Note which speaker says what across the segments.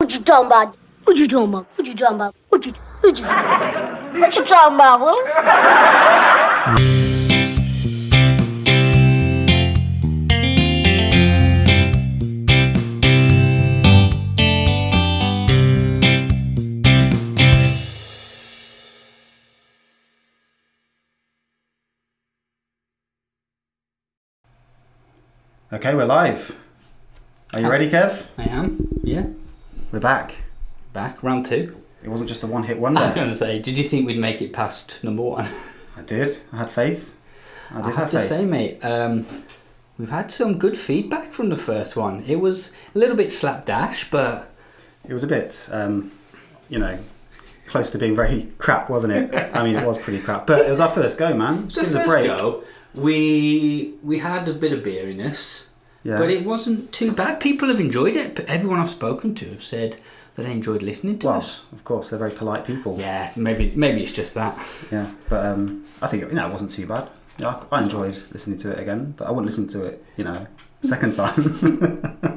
Speaker 1: What you talking about? What you talking about? What you talking about? What you what you, what you talking about, Willis?
Speaker 2: Okay, we're live. Are you ready, Kev?
Speaker 3: I am. Yeah.
Speaker 2: We're back.
Speaker 3: Back round two.
Speaker 2: It wasn't just a one hit
Speaker 3: I was
Speaker 2: wonder.
Speaker 3: going to say, did you think we'd make it past number one?
Speaker 2: I did. I had faith. I did
Speaker 3: I have to
Speaker 2: faith.
Speaker 3: say, mate, um, we've had some good feedback from the first one. It was a little bit slapdash, but
Speaker 2: It was a bit, um, you know, close to being very crap, wasn't it? I mean, it was pretty crap, but it was our first go, man.
Speaker 3: the
Speaker 2: it was
Speaker 3: first
Speaker 2: a break.
Speaker 3: go, we we had a bit of beeriness,
Speaker 2: Yeah.
Speaker 3: but it wasn't too bad. People have enjoyed it. But everyone I've spoken to have said that they enjoyed listening to
Speaker 2: Well,
Speaker 3: us.
Speaker 2: of course, they're very polite people.
Speaker 3: Yeah, maybe maybe it's just that.
Speaker 2: Yeah. But um, I think it, you know, it wasn't too bad. I, I enjoyed listening to it again, but I wouldn't listen to it, you know, second time.
Speaker 3: I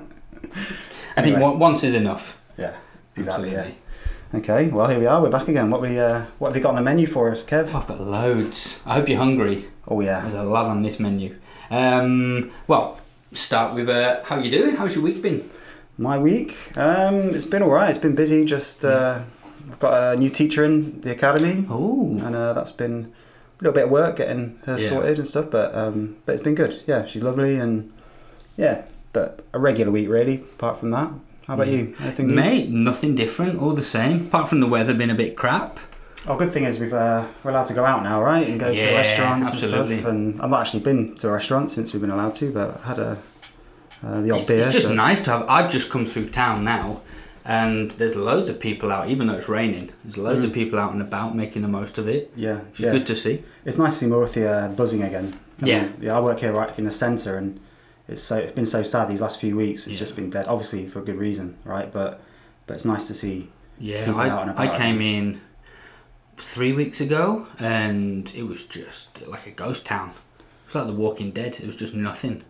Speaker 3: think
Speaker 2: Anyway.
Speaker 3: one, once is enough.
Speaker 2: yeah. Exactly. Yeah.
Speaker 3: Absolutely.
Speaker 2: Okay. Well, here we are. We're back again. What we uh, what have you got on the menu for us, Kev?
Speaker 3: I've got loads. I hope you're hungry.
Speaker 2: Oh yeah.
Speaker 3: There's a lot on this menu. Um, well, start with uh, how you doing? How's your week been?
Speaker 2: My week, um, it's been all right. It's been busy. Just uh, I've got a new teacher in the academy,
Speaker 3: Oh,
Speaker 2: and uh, that's been a little bit of work getting her
Speaker 3: Yeah.
Speaker 2: sorted and stuff. But um, but it's been good. Yeah, she's lovely, and yeah, but a regular week really. Apart from that, how about you? Anything? new?
Speaker 3: mate, nothing different, all the same. Apart from the weather being a bit crap.
Speaker 2: Oh, good thing is we've uh, we're allowed to go out now, right? And go to
Speaker 3: Yeah,
Speaker 2: restaurants
Speaker 3: absolutely.
Speaker 2: and stuff. And I've not actually been to a restaurant since we've been allowed to, but I had a uh, the odd
Speaker 3: It's,
Speaker 2: beer.
Speaker 3: it's just
Speaker 2: but-
Speaker 3: nice to have. I've just come through town now, and there's loads of people out, even though it's raining. There's loads of people out and about making the most of it.
Speaker 2: Yeah,
Speaker 3: Which is
Speaker 2: Hmm. yeah.
Speaker 3: good to see.
Speaker 2: It's nice to see Morothia uh, buzzing again. I
Speaker 3: Yeah.
Speaker 2: mean, yeah. I work here right in the centre, and it's so it's been so sad these last few weeks. It's
Speaker 3: Yeah.
Speaker 2: just been dead, obviously for a good reason, right? But but it's nice to see.
Speaker 3: Yeah,
Speaker 2: People out and
Speaker 3: I, I
Speaker 2: about.
Speaker 3: came in three weeks ago, and it was just like a ghost town. It's like The Walking Dead. It was just nothing.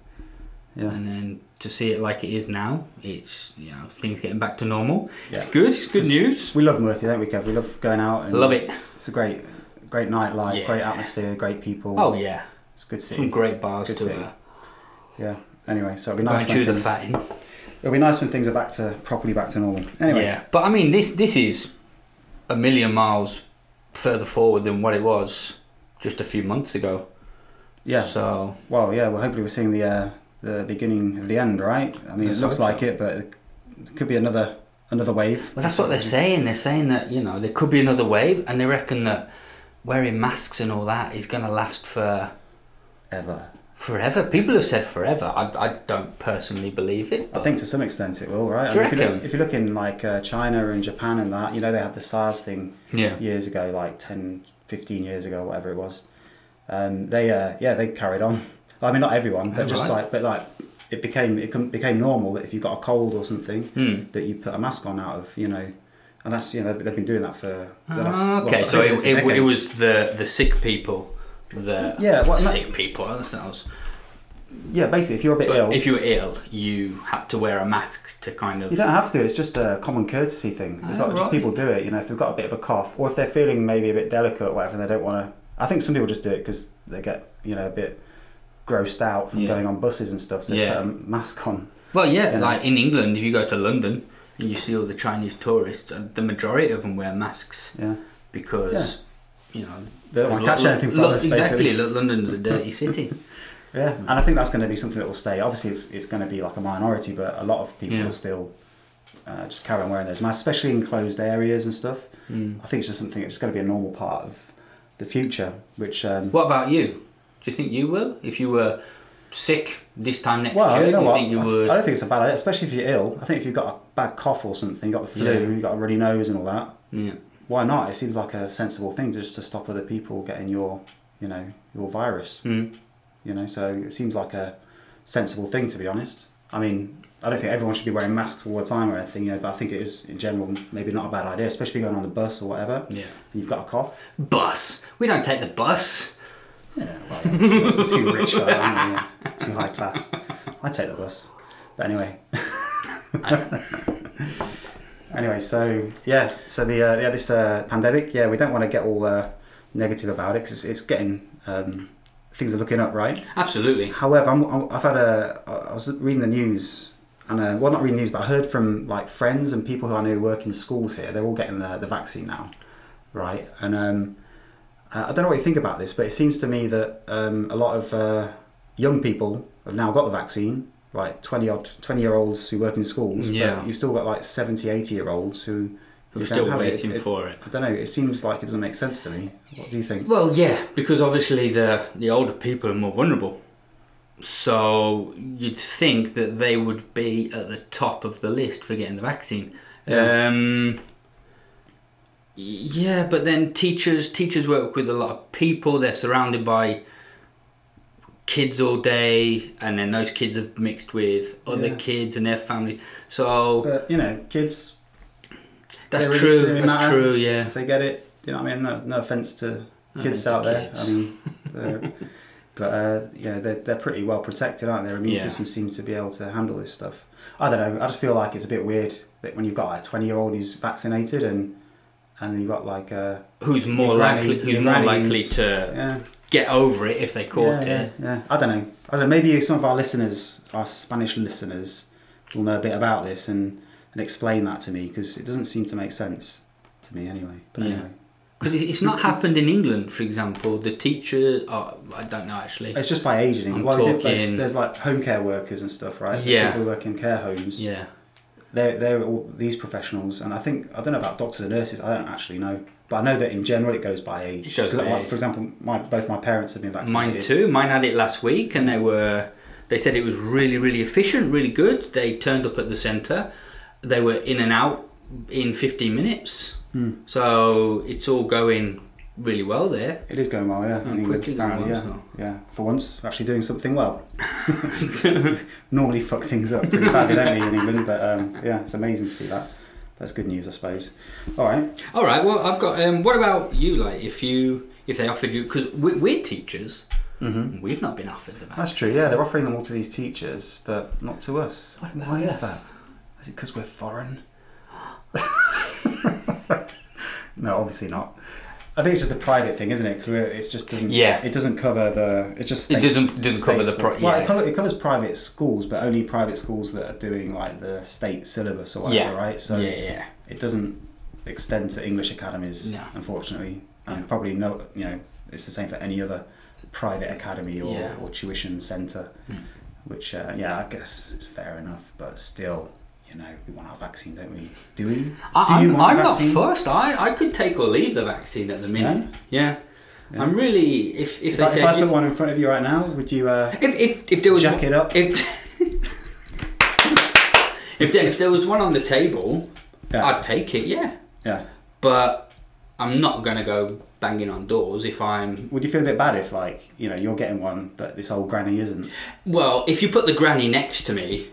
Speaker 2: Yeah,
Speaker 3: and then to see it like it is now, it's you know things getting back to normal.
Speaker 2: Yeah.
Speaker 3: It's good. It's good news.
Speaker 2: we love Morothia, don't we, Kev? We love going out. And
Speaker 3: Love it.
Speaker 2: It's a great great nightlife,
Speaker 3: Yeah.
Speaker 2: great atmosphere, great people.
Speaker 3: Oh yeah,
Speaker 2: it's a good
Speaker 3: some
Speaker 2: city.
Speaker 3: great bars
Speaker 2: Good
Speaker 3: to
Speaker 2: city.
Speaker 3: uh,
Speaker 2: Yeah. Anyway, so it'll be
Speaker 3: go
Speaker 2: nice
Speaker 3: and chew
Speaker 2: when
Speaker 3: the
Speaker 2: things,
Speaker 3: fat in.
Speaker 2: it'll be nice when things are back to properly back to normal. Anyway,
Speaker 3: Yeah, but I mean this this is a million miles further forward than what it was just a few months ago.
Speaker 2: yeah.
Speaker 3: So
Speaker 2: Well, yeah. Well, hopefully we're seeing the uh, the beginning of the end, right? I mean,
Speaker 3: Let's
Speaker 2: it looks
Speaker 3: hope so.
Speaker 2: like it, but it could be another another wave.
Speaker 3: well, that's what they're saying. They're saying that you know there could be another wave, and they reckon that wearing masks and all that is going to last for
Speaker 2: Ever.
Speaker 3: forever. People have said forever. I, I don't personally believe it.
Speaker 2: I think to some extent it will, right?
Speaker 3: Do
Speaker 2: I
Speaker 3: you
Speaker 2: mean, if, you look,
Speaker 3: reckon?
Speaker 2: if you look in like uh, China and Japan and that, you know, they had the SARS thing
Speaker 3: Yeah.
Speaker 2: years ago, like 10, 15 years ago, whatever it was. Um, they, uh, yeah, they carried on. I mean, not everyone, but
Speaker 3: Oh,
Speaker 2: just
Speaker 3: right.
Speaker 2: like, but like, it became it com- became normal that if you got a cold or something,
Speaker 3: Hmm.
Speaker 2: that you put a mask on out of, you know, and that's you know they've, they've been doing that for the last. well,
Speaker 3: Ah, okay,
Speaker 2: for-
Speaker 3: so it,
Speaker 2: for
Speaker 3: it, it
Speaker 2: decades.
Speaker 3: was the the sick people, the
Speaker 2: Yeah, well,
Speaker 3: sick people. That's what I was-
Speaker 2: yeah. Basically, if you're a bit
Speaker 3: but
Speaker 2: ill,
Speaker 3: if you were ill, you had to wear a mask to kind of
Speaker 2: You don't have to. It's just a common courtesy thing. It's
Speaker 3: Oh,
Speaker 2: like just
Speaker 3: right.
Speaker 2: people do it. You know, if they've got a bit of a cough, or if they're feeling maybe a bit delicate, or whatever, and they don't want to. I think some people just do it because they get you know a bit grossed out from
Speaker 3: Yeah.
Speaker 2: going on buses and stuff. So they
Speaker 3: Yeah.
Speaker 2: put a mask on.
Speaker 3: well, yeah,
Speaker 2: Yeah.
Speaker 3: like in England, if you go to London and you see all the Chinese tourists, uh, the majority of them wear masks
Speaker 2: Yeah,
Speaker 3: because you know
Speaker 2: they don't want to catch
Speaker 3: Lo-
Speaker 2: anything
Speaker 3: Lo-
Speaker 2: from us.
Speaker 3: exactly.
Speaker 2: Basically.
Speaker 3: Lo- London's a dirty city.
Speaker 2: Yeah, and I think that's going to be something that will stay. Obviously, it's it's going to be like a minority, but a lot of people
Speaker 3: Yeah.
Speaker 2: will still. Uh, just carry on wearing those masks, especially in closed areas and stuff.
Speaker 3: Mm.
Speaker 2: I think it's just something. It's going to be a normal part of the future. Which um,
Speaker 3: What about you? Do you think you will if you were sick this time next
Speaker 2: Well,
Speaker 3: year?
Speaker 2: you know
Speaker 3: do you
Speaker 2: what?
Speaker 3: think you
Speaker 2: I-
Speaker 3: would?
Speaker 2: I don't think it's a bad idea, especially if you're ill. I think if you've got a bad cough or something, you've got the flu,
Speaker 3: Yeah. Mm.
Speaker 2: you've got a runny nose and all that,
Speaker 3: yeah.
Speaker 2: why not? It seems like a sensible thing just to stop other people getting your, you know, your virus.
Speaker 3: Mm.
Speaker 2: You know, so it seems like a sensible thing to be honest. I mean, I don't think everyone should be wearing masks all the time or anything, you know, but I think it is in general maybe not a bad idea, especially if you're going on the bus or whatever.
Speaker 3: Yeah.
Speaker 2: And you've got a cough.
Speaker 3: Bus. We don't take the bus.
Speaker 2: Yeah, well, too, too rich for that, aren't we? Yeah, too high class. I take the bus. But anyway. Anyway, so yeah, so the uh, yeah this uh, pandemic, yeah, we don't want to get all uh, negative about it because it's, it's getting um, things are looking up, right?
Speaker 3: Absolutely.
Speaker 2: However, I'm, I'm- I've had a I was reading the news and uh, well, not reading news, but I heard from like friends and people who I know who work in schools here. They're all getting the, the vaccine now, right? And um, uh, I don't know what you think about this, but it seems to me that um, a lot of uh, young people have now got the vaccine, right? 20 odd, 20 year olds who work in schools. but
Speaker 3: Yeah.
Speaker 2: you've still got like 70, 80 year olds who.
Speaker 3: Who are
Speaker 2: don't
Speaker 3: still
Speaker 2: have it.
Speaker 3: waiting for it.
Speaker 2: I don't know. It seems like it doesn't make sense to me. What do you think?
Speaker 3: Well, yeah, because obviously the the older people are more vulnerable. So you'd think that they would be at the top of the list for getting the vaccine.
Speaker 2: Yeah.
Speaker 3: Um, yeah, but then teachers teachers work with a lot of people. They're surrounded by kids all day, and then those kids have mixed with other
Speaker 2: Yeah.
Speaker 3: kids and their family. So
Speaker 2: But you know, kids,
Speaker 3: that's
Speaker 2: they really-
Speaker 3: true.
Speaker 2: they really
Speaker 3: that's
Speaker 2: matter.
Speaker 3: true. Yeah.
Speaker 2: if they get it, you know what I mean? No, no offense to
Speaker 3: No offence
Speaker 2: kids
Speaker 3: to
Speaker 2: out there.
Speaker 3: kids.
Speaker 2: I mean, they're- but uh, yeah, they're, they're pretty well protected, aren't they? Their immune
Speaker 3: Yeah.
Speaker 2: system seems to be able to handle this stuff. I don't know. I just feel like it's a bit weird that when you've got like, a 20 year old who's vaccinated and and you've got like a.
Speaker 3: Who's more
Speaker 2: your granny-
Speaker 3: likely? Who's
Speaker 2: your
Speaker 3: more
Speaker 2: granny's-
Speaker 3: likely to
Speaker 2: Yeah.
Speaker 3: get over it if they caught
Speaker 2: yeah,
Speaker 3: it?
Speaker 2: Yeah, yeah. I don't know. I don't know. Maybe some of our listeners, our Spanish listeners, will know a bit about this and, and explain that to me because it doesn't seem to make sense to me anyway. But
Speaker 3: Yeah.
Speaker 2: anyway.
Speaker 3: Because it's not happened in England, for example. The teacher, oh, I don't know actually.
Speaker 2: It's just by aging.
Speaker 3: I'm
Speaker 2: well, they did- there's,
Speaker 3: talking-
Speaker 2: there's like home care workers and stuff, right?
Speaker 3: Yeah.
Speaker 2: People who work in care homes.
Speaker 3: Yeah,
Speaker 2: They're, they're all these professionals, and I think I don't know about doctors and nurses. I don't actually know, but I know that in general it goes by age.
Speaker 3: It goes
Speaker 2: 'Cause,
Speaker 3: by
Speaker 2: like,
Speaker 3: age.
Speaker 2: For example, my both my parents have been vaccinated.
Speaker 3: mine too. Mine had it last week, and they were. They said it was really, really efficient, really good. They turned up at the centre. They were in and out in 15 minutes.
Speaker 2: Hmm.
Speaker 3: So it's all going really well there.
Speaker 2: It is going well, yeah.
Speaker 3: And Oh, quickly going
Speaker 2: apparently,
Speaker 3: well
Speaker 2: yeah.
Speaker 3: as well.
Speaker 2: Yeah, for once, actually doing something well. Normally fuck things up pretty badly, don't we, in England? But um, yeah, it's amazing to see that. That's good news, I suppose. All right.
Speaker 3: All right. Well, I've got. Um, what about you? Like, if you if they offered you, because we, we're teachers,
Speaker 2: Mm-hmm.
Speaker 3: mm we've not been offered the vaccine.
Speaker 2: That's true, yeah. They're offering them all to these teachers, but not to us.
Speaker 3: What about
Speaker 2: Why is
Speaker 3: us?
Speaker 2: that? Is it because we're foreign? no, obviously not. I think it's just a private thing, isn't it? Because it's just doesn't.
Speaker 3: Yeah.
Speaker 2: It doesn't cover the. It just.
Speaker 3: It
Speaker 2: States,
Speaker 3: doesn't- doesn't cover
Speaker 2: states
Speaker 3: the pri-
Speaker 2: stuff. Well,
Speaker 3: yeah.
Speaker 2: it, cover, it covers private schools, but only private schools that are doing like the state syllabus or whatever,
Speaker 3: Yeah.
Speaker 2: right? So
Speaker 3: yeah, yeah.
Speaker 2: it doesn't extend to English academies,
Speaker 3: No.
Speaker 2: unfortunately, and
Speaker 3: No.
Speaker 2: probably no. You know, it's the same for any other private academy or,
Speaker 3: Yeah. Hmm.
Speaker 2: or tuition centre, which uh, yeah, I guess it's fair enough, but still. You know, we want our vaccine, don't we? Do we? Do
Speaker 3: I,
Speaker 2: you
Speaker 3: I'm,
Speaker 2: want
Speaker 3: I'm
Speaker 2: the
Speaker 3: not
Speaker 2: vaccine?
Speaker 3: fussed. I, I could take or leave the vaccine at the minute. Yeah. I'm really if if,
Speaker 2: If,
Speaker 3: they
Speaker 2: I, if I
Speaker 3: said
Speaker 2: put
Speaker 3: you-
Speaker 2: one in front of you right now, would you? Uh,
Speaker 3: if, if if there was
Speaker 2: Jack it up.
Speaker 3: If if, there, if there was one on the table,
Speaker 2: Yeah.
Speaker 3: I'd take it. Yeah.
Speaker 2: yeah.
Speaker 3: But I'm not gonna go banging on doors if I'm.
Speaker 2: Would you feel a bit bad if, like, you know, you're getting one, but this old granny isn't?
Speaker 3: Well, if you put the granny next to me,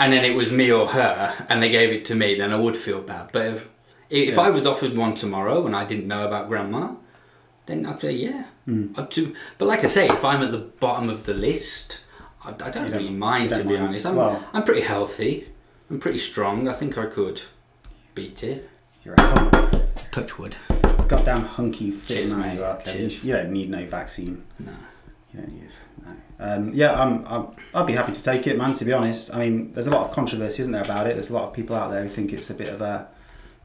Speaker 3: and then it was me or her, and they gave it to me, then I would feel bad. But if if
Speaker 2: Yeah.
Speaker 3: I was offered one tomorrow and I didn't know about grandma, then I'd say yeah.
Speaker 2: Hmm.
Speaker 3: I'd do, but like I say, if I'm at the bottom of the list, I, I don't
Speaker 2: You don't-
Speaker 3: really
Speaker 2: you
Speaker 3: mind
Speaker 2: don't
Speaker 3: to be
Speaker 2: mind.
Speaker 3: honest. I'm
Speaker 2: Well-
Speaker 3: I'm pretty healthy. I'm pretty strong. I think I could beat it.
Speaker 2: You're a hunk,
Speaker 3: Touch wood.
Speaker 2: goddamn hunky fit
Speaker 3: Cheers,
Speaker 2: man.
Speaker 3: mate.
Speaker 2: You, are, Kev.
Speaker 3: Cheers.
Speaker 2: you don't need no vaccine.
Speaker 3: No.
Speaker 2: You don't use no. Um, yeah, I'm, I'm. I'd be happy to take it, man. To be honest, I mean, there's a lot of controversy, isn't there, about it? There's a lot of people out there who think it's a bit of a,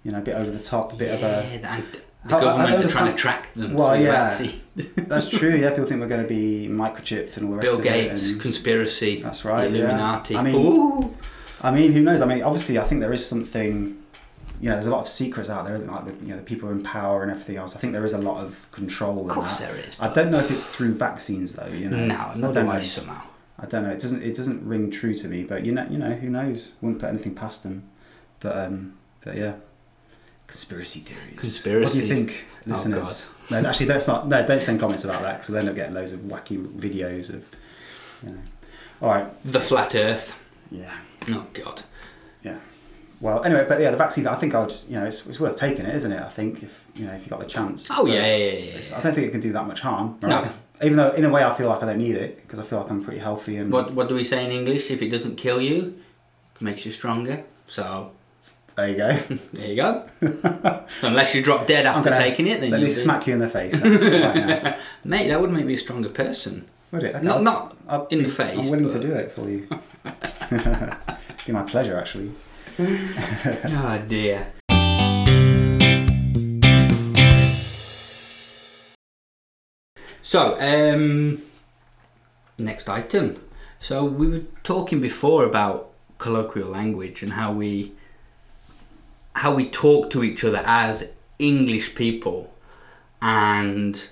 Speaker 2: you know, a bit over the top, a bit of a.
Speaker 3: Yeah, and the
Speaker 2: I- I- I
Speaker 3: government are trying
Speaker 2: understand-
Speaker 3: to track them.
Speaker 2: Well,
Speaker 3: through
Speaker 2: yeah.
Speaker 3: vaccine.
Speaker 2: That's true. Yeah, people think we're going to be microchipped and all the rest
Speaker 3: Bill
Speaker 2: of
Speaker 3: Gates
Speaker 2: it. and-
Speaker 3: conspiracy.
Speaker 2: That's right.
Speaker 3: The
Speaker 2: yeah.
Speaker 3: Illuminati.
Speaker 2: I mean,
Speaker 3: Ooh.
Speaker 2: I mean, who knows? I mean, obviously, I think there is something. You know, there's a lot of secrets out there, isn't there? Like, with, you know, the people in power and everything else. I think there is a lot of control. Of
Speaker 3: course
Speaker 2: that.
Speaker 3: there is,
Speaker 2: I don't know if it's through vaccines, though. You know,
Speaker 3: no, nor
Speaker 2: don't
Speaker 3: do I
Speaker 2: know.
Speaker 3: somehow.
Speaker 2: I don't know. It doesn't. It doesn't ring true to me. But you know. You know. Who knows? Wouldn't put anything past them. But um. But yeah. Conspiracy theories. What do
Speaker 3: Conspiracies.
Speaker 2: you think,
Speaker 3: Oh,
Speaker 2: listeners? no, actually, that's not. No, don't send comments about that because we'll end up getting loads of wacky videos of. You know. All right.
Speaker 3: The flat Earth.
Speaker 2: Yeah.
Speaker 3: Oh God.
Speaker 2: Yeah. Well, anyway, but yeah, the vaccine. I think I would. You know, it's, it's worth taking it, isn't it? I think if you know if you got the chance.
Speaker 3: Oh
Speaker 2: But
Speaker 3: yeah, yeah, yeah, yeah.
Speaker 2: it's- I don't think it can do that much harm. Right?
Speaker 3: No.
Speaker 2: Even though, in a way, I feel like I don't need it because I feel like I'm pretty healthy and.
Speaker 3: What What do we say in English? If it doesn't kill you, it makes you stronger. So
Speaker 2: There you go.
Speaker 3: There you go. Unless you drop dead
Speaker 2: I'm
Speaker 3: after
Speaker 2: gonna
Speaker 3: taking it, then
Speaker 2: let
Speaker 3: you
Speaker 2: me smack you in the face. then, right now.
Speaker 3: Mate, that would make me a stronger person.
Speaker 2: Would it? Okay.
Speaker 3: Not not
Speaker 2: I'll
Speaker 3: in
Speaker 2: be-
Speaker 3: the face.
Speaker 2: I'm willing to
Speaker 3: but-
Speaker 2: do it for you. be my pleasure, actually.
Speaker 3: Oh dear. So, um, next item. So we were talking before about colloquial language and how we how we talk to each other as English people, and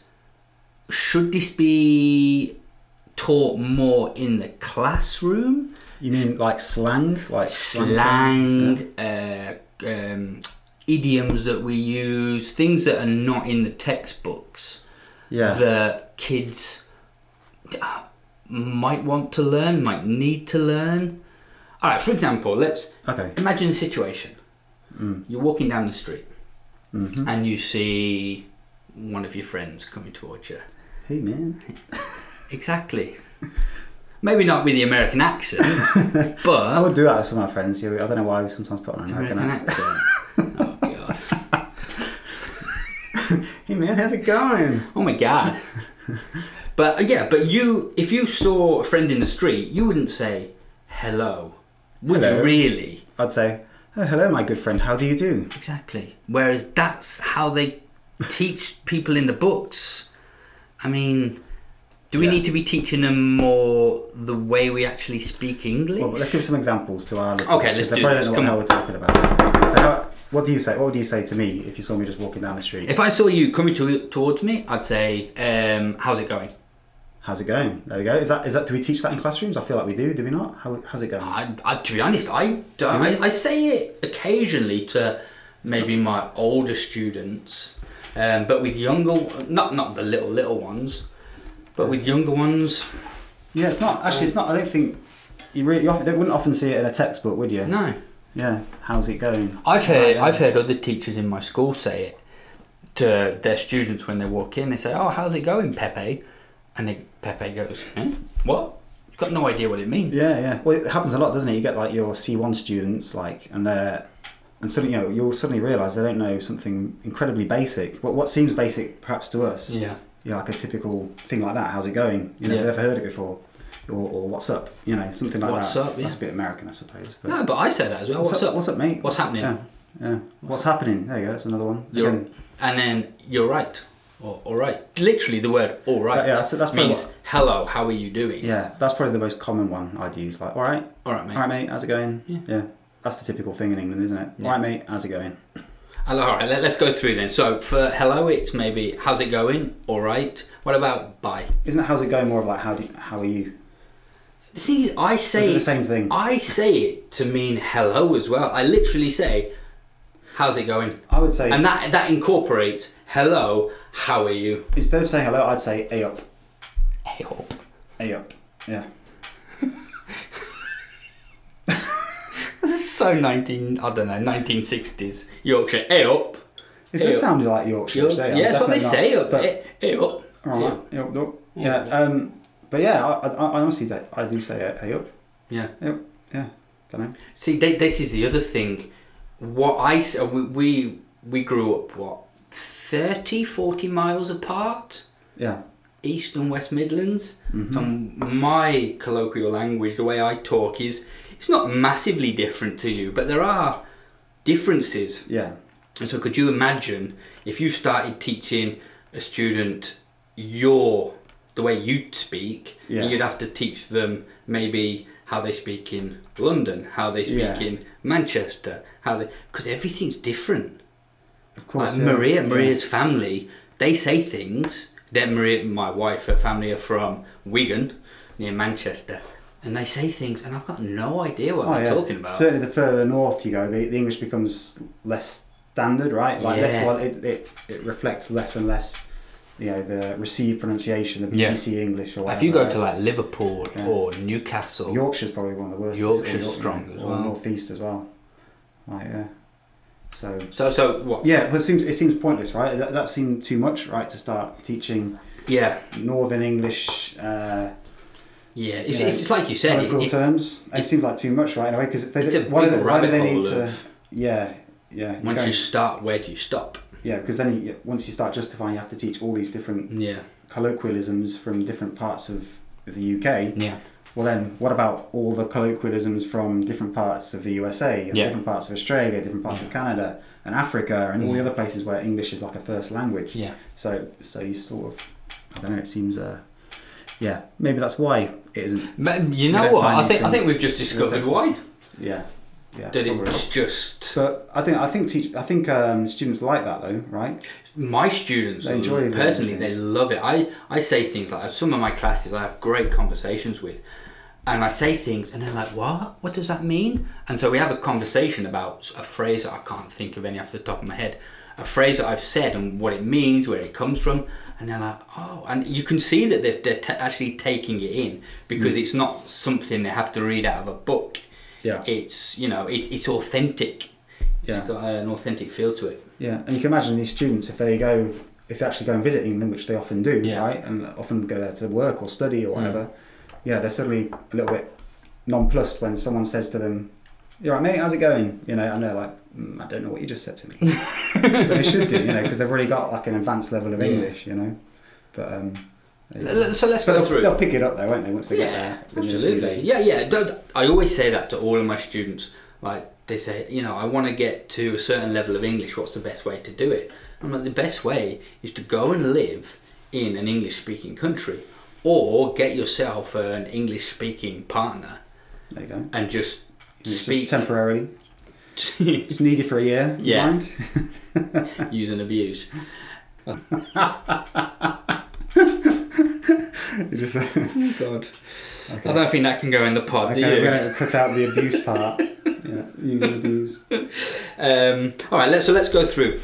Speaker 3: should this be taught more in the classroom?
Speaker 2: You mean like slang, like terms?
Speaker 3: slang, uh, um, idioms that we use, things that are not in the textbooks
Speaker 2: Yeah.
Speaker 3: that kids uh, might want to learn, might need to learn. All right, for example, let's
Speaker 2: Okay.
Speaker 3: imagine a situation.
Speaker 2: Mm.
Speaker 3: You're walking down the street
Speaker 2: Mm-hmm.
Speaker 3: and you see one of your friends coming towards you.
Speaker 2: Hey man.
Speaker 3: Exactly. Maybe not with the American accent, but
Speaker 2: I would do that with some of my friends. Yeah, I don't know why we sometimes put on an American
Speaker 3: American
Speaker 2: accent.
Speaker 3: accent. oh god.
Speaker 2: Hey man, how's it going?
Speaker 3: Oh my god. but uh, yeah, but you, if you saw a friend in the street, you wouldn't say hello, would
Speaker 2: Hello.
Speaker 3: you? Really?
Speaker 2: I'd say, oh, hello, my good friend. How do you do?
Speaker 3: Exactly. Whereas that's how they teach people in the books. I mean, do we
Speaker 2: Yeah.
Speaker 3: need to be teaching them more the way we actually speak English?
Speaker 2: Well, let's give some examples to our listeners.
Speaker 3: Okay,
Speaker 2: 'cause
Speaker 3: let's
Speaker 2: they
Speaker 3: do
Speaker 2: probably
Speaker 3: this.
Speaker 2: don't know what the hell we're talking about. So, how, what do you say? What would you say to me if you saw me just walking down the street?
Speaker 3: if I saw you coming to, towards me, I'd say, um, "How's it going?"
Speaker 2: How's it going? There we go. Is that is that? Do we teach that in classrooms? I feel like we do. Do we not? How, how's it going?
Speaker 3: I, I, to be honest, I don't. I, I say it occasionally to maybe my older students, um, but with younger, not not the little little ones, but with younger ones,
Speaker 2: yeah, it's not actually. It's not. I don't think you really you often, you wouldn't often see it in a textbook, would you?
Speaker 3: no. um,
Speaker 2: Yeah. How's it going?
Speaker 3: I've heard
Speaker 2: yeah.
Speaker 3: I've heard other teachers in my school say it to their students when they walk in. They say, "Oh, how's it going, Pepe?" And they, Pepe goes, "Eh? "What?" He's got no idea what it means.
Speaker 2: Yeah, yeah. Well, it happens a lot, doesn't it? You get like your C one students, like, and they're and suddenly you know you'll suddenly realise they don't know something incredibly basic. What what seems basic perhaps to us,
Speaker 3: Yeah.
Speaker 2: you know, like a typical thing like that. How's it going? You know,
Speaker 3: Yeah.
Speaker 2: they've never heard it before, or, or what's up? You know, something like
Speaker 3: What's
Speaker 2: that.
Speaker 3: up, yeah.
Speaker 2: That's a bit American, I suppose. But
Speaker 3: No, but I say that as well.
Speaker 2: what's,
Speaker 3: What's,
Speaker 2: up? What's up, mate?
Speaker 3: What's happening?
Speaker 2: Yeah, yeah. What's happening? There you go. That's another one.
Speaker 3: You're,
Speaker 2: Again,
Speaker 3: and then you're right, or all right. Literally, the word all right
Speaker 2: yeah, that's- that's probably
Speaker 3: means
Speaker 2: what-
Speaker 3: hello. How are you doing?
Speaker 2: yeah, that's probably the most common one I'd use. Like, all right,
Speaker 3: All right, mate.
Speaker 2: all right, mate. How's it going?
Speaker 3: Yeah.
Speaker 2: That's the typical thing in England, isn't it?
Speaker 3: Yeah.
Speaker 2: All right, mate. How's it going?
Speaker 3: Hello, All right. Let, us go through then. So for hello, it's maybe how's it going? All right. What about bye?
Speaker 2: Isn't how's it going more of like how do you, how are you?
Speaker 3: The thing is, I say
Speaker 2: Is it the same thing?
Speaker 3: I say it to mean hello as well. I literally say, "How's it going?"
Speaker 2: I would say
Speaker 3: And that that incorporates hello. How are you?
Speaker 2: instead of saying hello, I'd say a up,
Speaker 3: Hey up.
Speaker 2: a up. Yeah.
Speaker 3: So nineteen. I don't know. Nineteen sixties Yorkshire. Hey up.
Speaker 2: It
Speaker 3: A
Speaker 2: does
Speaker 3: up.
Speaker 2: sound like Yorkshire.
Speaker 3: Yorkshire.
Speaker 2: say, I'm
Speaker 3: yeah, that's what they
Speaker 2: definitely
Speaker 3: say.
Speaker 2: not,
Speaker 3: Up. eh? Hey, hey up.
Speaker 2: But, all right, a up, a up. Yeah. Um, but yeah, I, I, I honestly do, I do say a, a up,
Speaker 3: Yeah.
Speaker 2: a up. Yeah. Don't know.
Speaker 3: See, th this is the other thing. What I s- uh, we we, we grew up what 30, 40 miles apart,
Speaker 2: Yeah.
Speaker 3: East and West Midlands,
Speaker 2: Mm-hmm.
Speaker 3: and my colloquial language, the way I talk, is it's not massively different to you, but there are differences.
Speaker 2: Yeah.
Speaker 3: And so, could you imagine if you started teaching a student your the way you speak,
Speaker 2: Yeah.
Speaker 3: and you'd have to teach them maybe how they speak in London, how they speak
Speaker 2: Yeah.
Speaker 3: in Manchester, how they because everything's different.
Speaker 2: Of
Speaker 3: Like
Speaker 2: course. yeah.
Speaker 3: Maria,
Speaker 2: Yeah.
Speaker 3: Maria's family, they say things. Then Maria, my wife, her family are from Wigan, near Manchester, and they say things, and I've got no idea what they're talking about.
Speaker 2: Oh, Certainly, the further north you go, the, the English becomes less standard, right? Like less
Speaker 3: Yeah.
Speaker 2: well, it, it it reflects less and less, you know, the received pronunciation, the
Speaker 3: Yeah.
Speaker 2: BBC English or whatever.
Speaker 3: if you go
Speaker 2: right?
Speaker 3: to like Liverpool or Newcastle,
Speaker 2: Yorkshire's probably one of the worst.
Speaker 3: Yorkshire's
Speaker 2: places, Yorkshire,
Speaker 3: strong as
Speaker 2: or
Speaker 3: well.
Speaker 2: Northeast as well. Right. Yeah. So.
Speaker 3: so so what?
Speaker 2: Yeah, but it seems it seems pointless, right? That, that seemed too much, right, to start teaching
Speaker 3: yeah.
Speaker 2: Northern English. Uh,
Speaker 3: Yeah, it's,
Speaker 2: you know,
Speaker 3: it's just like you said. It,
Speaker 2: colloquial
Speaker 3: it-
Speaker 2: terms. It,
Speaker 3: it-
Speaker 2: seems like too much, right? Anyway, because
Speaker 3: it's a
Speaker 2: why, do
Speaker 3: big
Speaker 2: they- why do
Speaker 3: rabbit
Speaker 2: they
Speaker 3: hole
Speaker 2: need to?
Speaker 3: of-
Speaker 2: yeah, yeah.
Speaker 3: Once
Speaker 2: going-
Speaker 3: you start, where do you stop?
Speaker 2: yeah, because then you, once you start justifying, you have to teach all these different
Speaker 3: Yeah.
Speaker 2: colloquialisms from different parts of the UK.
Speaker 3: Yeah.
Speaker 2: Well, then, what about all the colloquialisms from different parts of the USA, and
Speaker 3: Yeah.
Speaker 2: different parts of Australia, different parts of Canada, and Africa, and all the other places where English is like a first language?
Speaker 3: Yeah.
Speaker 2: So, so you sort of, I don't know. It seems, uh, yeah, maybe that's why it isn't.
Speaker 3: You
Speaker 2: We
Speaker 3: know
Speaker 2: don't
Speaker 3: what?
Speaker 2: find
Speaker 3: I
Speaker 2: these
Speaker 3: think I think
Speaker 2: things
Speaker 3: we've just
Speaker 2: in the
Speaker 3: discovered
Speaker 2: textbook.
Speaker 3: why.
Speaker 2: Yeah, yeah.
Speaker 3: That
Speaker 2: probably.
Speaker 3: it's just
Speaker 2: But I think I think teach, I think um, students like that though, right?
Speaker 3: my students
Speaker 2: They enjoy the
Speaker 3: personally they
Speaker 2: lessons.
Speaker 3: love it i i say things like some of my classes i have great conversations with and i say things and they're like what what does that mean and so we have a conversation about a phrase that i can't think of any off the top of my head a phrase that i've said and what it means where it comes from and they're like oh and you can see that they're, they're t- actually taking it in because
Speaker 2: Mm.
Speaker 3: it's not something they have to read out of a book
Speaker 2: Yeah.
Speaker 3: it's you know it, it's authentic it's
Speaker 2: Yeah.
Speaker 3: got an authentic feel to it
Speaker 2: Yeah, and you can imagine these students if they go, if they actually go and visit England, which they often do,
Speaker 3: Yeah. Mm.
Speaker 2: right, and often go there to work or study or whatever. Yeah, they're suddenly a little bit nonplussed when someone says to them, "You're right, mate. How's it going?" You know, and they're like, mm, "I don't know what you just said to me," but they should do, you know, because they've already got like an advanced level of
Speaker 3: Yeah.
Speaker 2: English, you know. But um, there you
Speaker 3: L-
Speaker 2: go.
Speaker 3: l- so let's
Speaker 2: but
Speaker 3: go
Speaker 2: they'll,
Speaker 3: through
Speaker 2: they'll pick it up though, won't they? Once they get
Speaker 3: Yeah,
Speaker 2: there, in a few
Speaker 3: absolutely.
Speaker 2: days.
Speaker 3: Yeah, yeah. Don't- I always say that to all of my students. Like they say, you know, I want to get to a certain level of English. What's the best way to do it? I'm like, the best way is to go and live in an English-speaking country, or get yourself an English-speaking partner
Speaker 2: There you go.
Speaker 3: and just
Speaker 2: It's
Speaker 3: speak.
Speaker 2: just temporarily. Just need you for a year. do you
Speaker 3: Yeah.
Speaker 2: mind?
Speaker 3: use and abuse.
Speaker 2: You just-
Speaker 3: God, I don't think that can go in the pod. do
Speaker 2: Okay,
Speaker 3: you?
Speaker 2: we're going to cut out the abuse part. yeah, use and abuse.
Speaker 3: Um, all right, let's, so let's go through.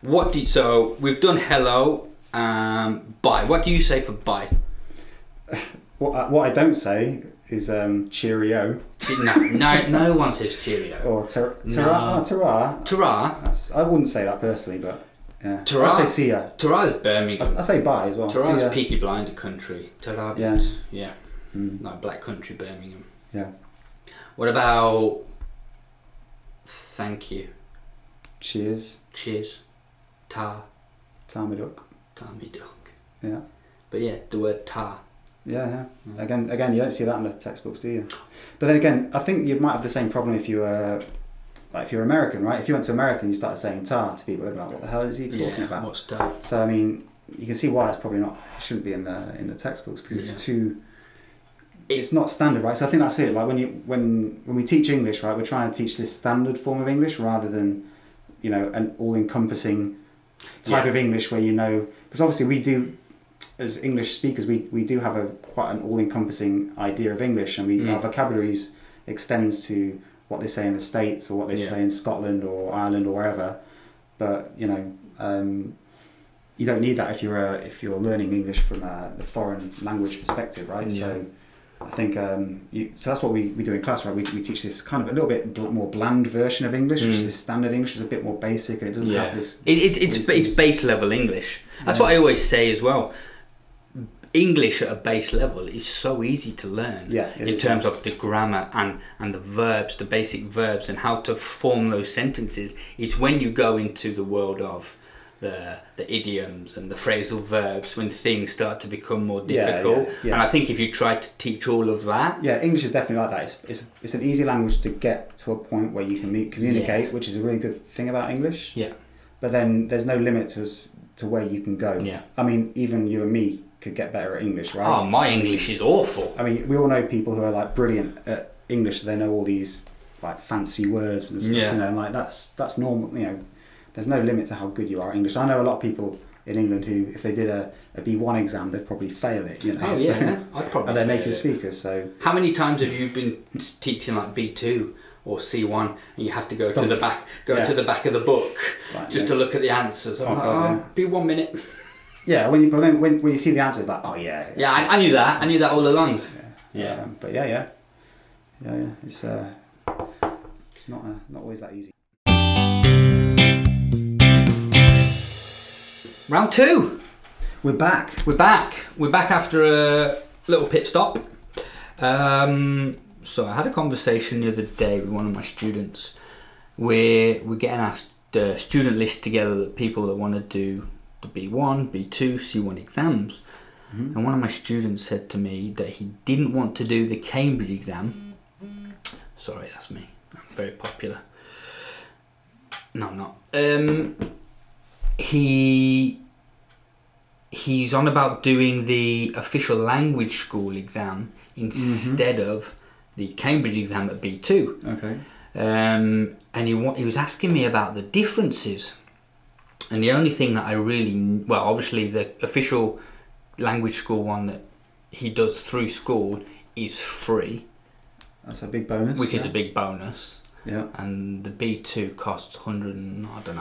Speaker 3: What do so we've done? Hello, um, bye. What do you say for bye?
Speaker 2: What I, what I don't say is um, cheerio
Speaker 3: No, no, no one says cheerio.
Speaker 2: or ter- terra.
Speaker 3: No.
Speaker 2: ah, terra.
Speaker 3: Tara,
Speaker 2: That's, I wouldn't say that personally, but yeah.
Speaker 3: Terra?
Speaker 2: I say see ya.
Speaker 3: Tara's
Speaker 2: I,
Speaker 3: Birmingham.
Speaker 2: I say bye as well. See
Speaker 3: Tara's
Speaker 2: ya.
Speaker 3: Peaky Blinder country. Tara,
Speaker 2: Yeah. Hmm.
Speaker 3: yeah, yeah, like black country Birmingham.
Speaker 2: Yeah.
Speaker 3: What about thank you?
Speaker 2: Cheers.
Speaker 3: Cheers, ta,
Speaker 2: Tamaduk.
Speaker 3: tammy duck.
Speaker 2: Yeah.
Speaker 3: But yeah, the word ta.
Speaker 2: Yeah, yeah.
Speaker 3: Mm.
Speaker 2: Again, again, you don't see that in the textbooks, do you? But then again, I think you might have the same problem if you were, like, if you're American, right? If you went to America and you started saying "tar" to people, they'd be like, "What the hell is he talking
Speaker 3: Yeah,
Speaker 2: about?"
Speaker 3: what's ta?
Speaker 2: So I mean, you can see why it's probably not shouldn't be in the in the textbooks because
Speaker 3: Yeah.
Speaker 2: it's too. It's not standard, right? So I think that's it. Like when you when when we teach English, right, we're trying to teach this standard form of English rather than, you know, an all-encompassing type
Speaker 3: Yeah.
Speaker 2: of English where you know because obviously we do as English speakers we, we do have a quite an all-encompassing idea of English and we
Speaker 3: Mm.
Speaker 2: our vocabularies extends to what they say in the States or what they
Speaker 3: Yeah.
Speaker 2: say in Scotland or Ireland or wherever. But you know, um, you don't need that if you're uh, if you're learning English from a, the foreign language perspective, right? So I think um, you, so. That's what we, we do in class, right? We, we teach this kind of a little bit bl- more bland version of English, which is
Speaker 3: Mm.
Speaker 2: this standard English, is a bit more basic, and it doesn't have this.
Speaker 3: It, it,
Speaker 2: these
Speaker 3: it's,
Speaker 2: things.
Speaker 3: it's base level English. That's what I always say as well. English at a base level is so easy to learn
Speaker 2: Yeah, it
Speaker 3: in
Speaker 2: is.
Speaker 3: terms of the grammar and, and the verbs, the basic verbs, and how to form those sentences. It's when you go into the world of the, the idioms and the phrasal verbs when things start to become more
Speaker 2: Yeah, yeah,
Speaker 3: difficult.
Speaker 2: yeah.
Speaker 3: And I think if you try to teach all of that,
Speaker 2: Yeah, English is definitely like that. It's, it's, it's an easy language to get to a point where you can meet, communicate, which is a really good thing about English.
Speaker 3: yeah,
Speaker 2: But then there's no limit to us, to where you can go.
Speaker 3: Yeah.
Speaker 2: I mean, even you and me could get better at English, right?
Speaker 3: oh, my English is awful.
Speaker 2: I mean, we all know people who are like brilliant at English. They know all these like fancy words and stuff.
Speaker 3: Yeah.
Speaker 2: You know, and, like that's that's normal. You know, there's no limit to how good you are at English. I know a lot of people in England who, if they did a, a B1 exam, they'd probably fail it. You know,
Speaker 3: Oh, yeah, I'd probably
Speaker 2: and they're
Speaker 3: fail
Speaker 2: native
Speaker 3: it.
Speaker 2: speakers, so
Speaker 3: How many times have you been t- teaching like B two or C one, and you have to go to the
Speaker 2: Stumped.
Speaker 3: back, go
Speaker 2: Yeah.
Speaker 3: to the back of the book
Speaker 2: like,
Speaker 3: just
Speaker 2: yeah.
Speaker 3: to look at the answers? I'm
Speaker 2: Oh,
Speaker 3: like,
Speaker 2: God,
Speaker 3: "Oh,
Speaker 2: yeah.
Speaker 3: be one minute.
Speaker 2: yeah. When you but then when, when you see the answer, it's like, oh yeah,
Speaker 3: yeah, I, I knew that. I knew that all along. Yeah.
Speaker 2: Um, but yeah, yeah, yeah, yeah. It's uh, it's not uh, not always that easy.
Speaker 3: Round two,
Speaker 2: We're back.
Speaker 3: we're back. We're back after a little pit stop. Um, so I had a conversation the other day with one of my students. we're we're getting our uh, student list together that people that want to do the B1, B2, C1 exams. And one of my students said to me that he didn't want to do the Cambridge exam. Sorry, that's me. I'm very popular. No, I'm not. Um, he he's on about doing the official language school exam instead of the Cambridge exam at B2
Speaker 2: Okay.
Speaker 3: um, and he wa- he was asking me about the differences. And the only thing that I really kn- well, obviously the official language school one that he does through school is free,
Speaker 2: That's a big bonus.
Speaker 3: which is
Speaker 2: yeah.
Speaker 3: a big bonus.
Speaker 2: Yeah.
Speaker 3: And the B two costs hundred and I don't know.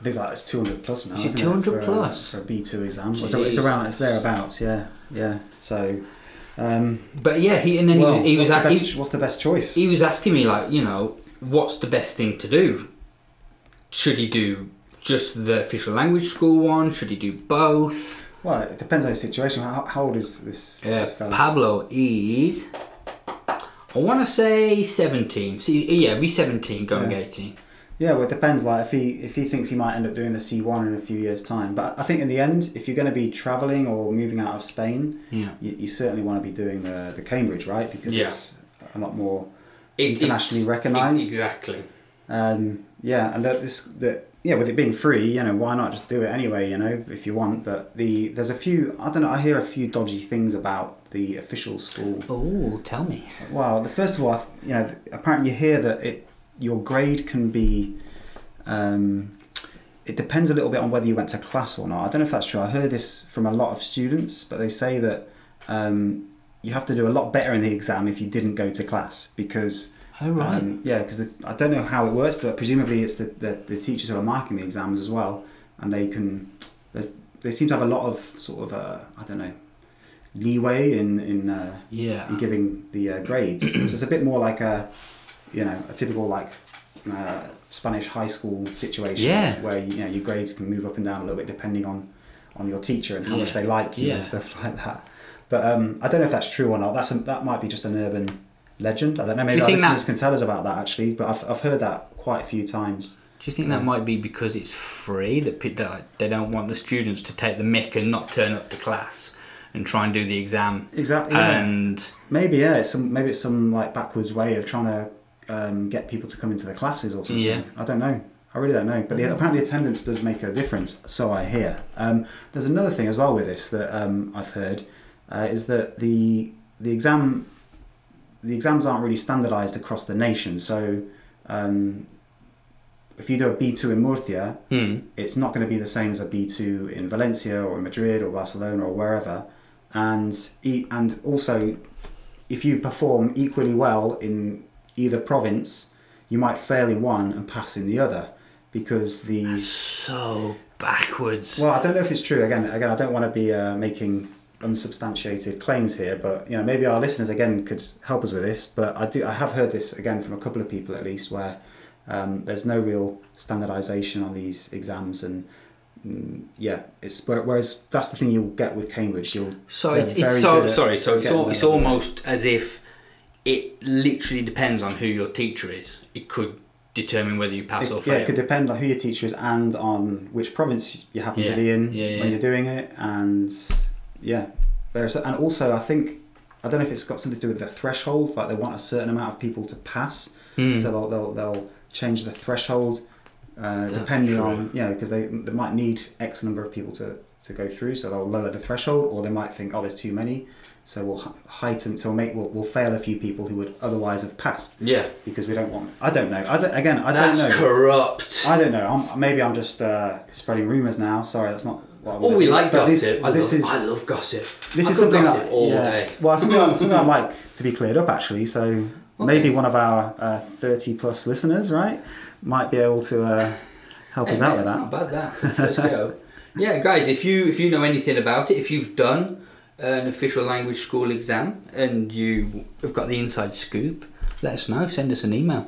Speaker 2: I think it's like it's 200 plus now.
Speaker 3: Is it
Speaker 2: isn't
Speaker 3: 200
Speaker 2: for a-
Speaker 3: plus?
Speaker 2: for a B2 exam? So it's
Speaker 3: Jeez.
Speaker 2: around, it's thereabouts, yeah. Yeah. So, um,
Speaker 3: But yeah, he and then
Speaker 2: well,
Speaker 3: he was,
Speaker 2: what's,
Speaker 3: he
Speaker 2: the best,
Speaker 3: was, a- he,
Speaker 2: what's the best choice?
Speaker 3: he was asking me like, you know, what's the best thing to do? Should he do just the official language school one? Should he do both?
Speaker 2: well, it depends on the situation. How, how old is this,
Speaker 3: Uh,
Speaker 2: this fella?
Speaker 3: Pablo is. I want to say 17. See, yeah, be 17, going
Speaker 2: Yeah.
Speaker 3: 18.
Speaker 2: Yeah, well, it depends. Like if he if he thinks he might end up doing the C one in a few years' time, but I think in the end, if you're going to be traveling or moving out of Spain,
Speaker 3: Yeah.
Speaker 2: you, you certainly want to be doing the the Cambridge, right? Because
Speaker 3: Yeah.
Speaker 2: it's a lot more.
Speaker 3: It-
Speaker 2: Internationally
Speaker 3: it's-
Speaker 2: recognised.
Speaker 3: exactly.
Speaker 2: Um, yeah, and that this that yeah, with it being free, you know, why not just do it anyway? You know, if you want. But the there's a few I don't know. I hear a few dodgy things about the official school.
Speaker 3: Oh, tell me.
Speaker 2: Well, the first of all, you know, apparently you hear that it your grade can be. Um, it depends a little bit on whether you went to class or not. I don't know if that's true. I heard this from a lot of students, but they say that um, you have to do a lot better in the exam if you didn't go to class because.
Speaker 3: Oh, right.
Speaker 2: Um, yeah, because I don't know how it works, but presumably it's the, the, the teachers who are marking the exams as well, and they can. There's, they seem to have a lot of sort of uh, I don't know leeway in in. Uh,
Speaker 3: Yeah.
Speaker 2: and giving the uh, grades. so it's a bit more like a, you know, a typical like uh, Spanish high school situation
Speaker 3: Yeah.
Speaker 2: where you know your grades can move up and down a little bit depending on on your teacher and how much
Speaker 3: Yeah.
Speaker 2: they like you
Speaker 3: Yeah.
Speaker 2: and stuff like that. But um, I don't know if that's true or not. That's a, that might be just an urban legend. I don't know. Maybe
Speaker 3: you
Speaker 2: our
Speaker 3: think
Speaker 2: listeners
Speaker 3: that-
Speaker 2: can tell us about that actually. But I've I've heard that quite a few times.
Speaker 3: Do you think that might be because it's free that, pe- that like, they don't want the students to take the mick and not turn up to class and try and do the exam?
Speaker 2: Exactly. yeah.
Speaker 3: And
Speaker 2: Maybe yeah, it's some maybe it's some like backwards way of trying to um, get people to come into the classes or something.
Speaker 3: Yeah.
Speaker 2: I don't know. I really don't know. But the, apparently attendance does make a difference, so I hear. Um, there's another thing as well with this that um, I've heard uh, is that the the exam the exams aren't really standardized across the nation. So um, if you do a B2 in Murcia,
Speaker 3: Hmm.
Speaker 2: it's not going to be the same as a B2 in Valencia or Madrid or Barcelona or wherever. And e- and also, if you perform equally well in either province, you might fail in one and pass in the other because the
Speaker 3: so backwards.
Speaker 2: well, I don't know if it's true. Again, again, I don't want to be uh, making unsubstantiated claims here, but you know, maybe our listeners again could help us with this. But I do, I have heard this again from a couple of people at least, where um, there's no real standardisation on these exams, and mm, yeah, it's where- whereas that's the thing you'll get with Cambridge. You'll
Speaker 3: So
Speaker 2: they're
Speaker 3: it's,
Speaker 2: very
Speaker 3: it's so
Speaker 2: good at
Speaker 3: sorry. So it's
Speaker 2: getting
Speaker 3: al- it's
Speaker 2: there.
Speaker 3: almost as if it literally depends on who your teacher is. It could determine whether you pass or
Speaker 2: It, yeah,
Speaker 3: fail.
Speaker 2: it could depend on who your teacher is and on which province you happen
Speaker 3: Yeah,
Speaker 2: to be in
Speaker 3: yeah, yeah.
Speaker 2: when you're doing it, and yeah, there's and also I think I don't know if it's got something to do with the threshold. Like they want a certain amount of people to pass,
Speaker 3: Hmm.
Speaker 2: so they'll they'll, they'll change the threshold uh, depending
Speaker 3: true.
Speaker 2: on you know because they they might need X number of people to to go through, so they'll lower the threshold, or they might think oh there's too many. So we'll h- heighten, so we'll make we'll, we'll fail a few people who would otherwise have passed.
Speaker 3: Yeah.
Speaker 2: because we don't want. I don't know. I don't, again, I
Speaker 3: That's
Speaker 2: don't know.
Speaker 3: corrupt.
Speaker 2: I don't know. I'm, maybe I'm just uh, spreading rumors now. Sorry, that's not. What I
Speaker 3: oh,
Speaker 2: wanna
Speaker 3: we
Speaker 2: do.
Speaker 3: like
Speaker 2: But
Speaker 3: gossip.
Speaker 2: this,
Speaker 3: I,
Speaker 2: this
Speaker 3: love,
Speaker 2: is
Speaker 3: I love gossip.
Speaker 2: this
Speaker 3: I
Speaker 2: is
Speaker 3: could
Speaker 2: something
Speaker 3: gossip
Speaker 2: that
Speaker 3: all
Speaker 2: yeah.
Speaker 3: day.
Speaker 2: Well, something, I, something I'd like to be cleared up actually. So maybe one of our uh, thirty plus listeners, right, might be able to uh, help
Speaker 3: Hey,
Speaker 2: us out
Speaker 3: mate,
Speaker 2: with that.
Speaker 3: it's not bad. That let's go. Yeah, guys, if you if you know anything about it, if you've done an official language school exam and you have got the inside scoop, let us know. Send us an email,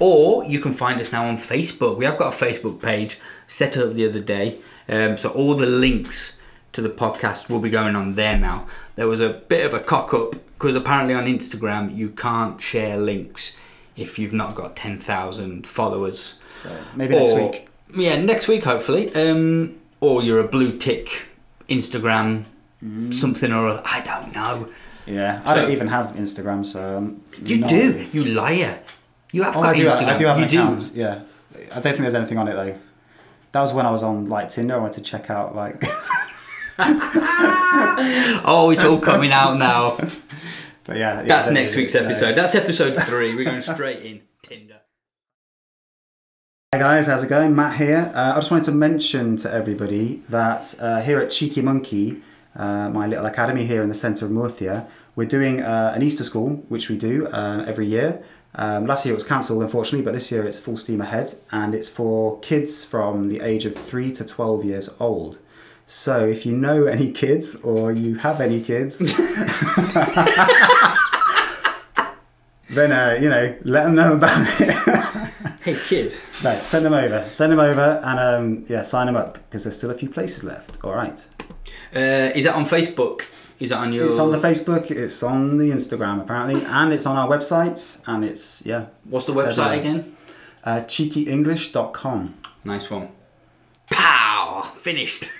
Speaker 3: or you can find us now on Facebook. We have got a Facebook page set up the other day, um, so all the links to the podcast will be going on there now. There was a bit of a cock up because apparently on Instagram you can't share links. if you've not got 10,000 followers.
Speaker 2: So maybe next
Speaker 3: Or-
Speaker 2: week.
Speaker 3: Yeah, next week hopefully. Um, or you're a blue tick Instagram
Speaker 2: Mm.
Speaker 3: something or other. I don't know.
Speaker 2: Yeah, I
Speaker 3: So-
Speaker 2: don't even have Instagram, so um,
Speaker 3: You
Speaker 2: no.
Speaker 3: do. You liar. You have
Speaker 2: Oh,
Speaker 3: got
Speaker 2: I do.
Speaker 3: Instagram.
Speaker 2: I do have
Speaker 3: you
Speaker 2: an account. Yeah, I don't think there's anything on it though. That was when I was on like Tinder. I wanted to check out like,
Speaker 3: Oh, it's all coming out now.
Speaker 2: but yeah. yeah,
Speaker 3: That's
Speaker 2: don't
Speaker 3: next
Speaker 2: do it.
Speaker 3: week's
Speaker 2: No.
Speaker 3: episode. That's episode three. We're going straight in Tinder.
Speaker 2: Hi guys, how's it going? Matt here. Uh, I just wanted to mention to everybody that uh, here at Cheeky Monkey, uh, my little academy here in the centre of Murcia, we're doing uh, an Easter school, which we do uh, every year. Um, last year it was cancelled, unfortunately, but this year it's full steam ahead, and it's for kids from the age of three to twelve years old. So if you know any kids or you have any kids, then uh, you know let them know about it.
Speaker 3: Hey kid.
Speaker 2: No, send them over. Send them over and um, yeah, sign them up because there's still a few places left. All right.
Speaker 3: Uh, is that on Facebook? Is that on your?
Speaker 2: It's on the Facebook, it's on the Instagram apparently, and it's on our website. And it's, yeah.
Speaker 3: What's the
Speaker 2: it's
Speaker 3: website
Speaker 2: everywhere.
Speaker 3: again?
Speaker 2: Uh, cheekyenglish.com.
Speaker 3: Nice one. Pow! Finished.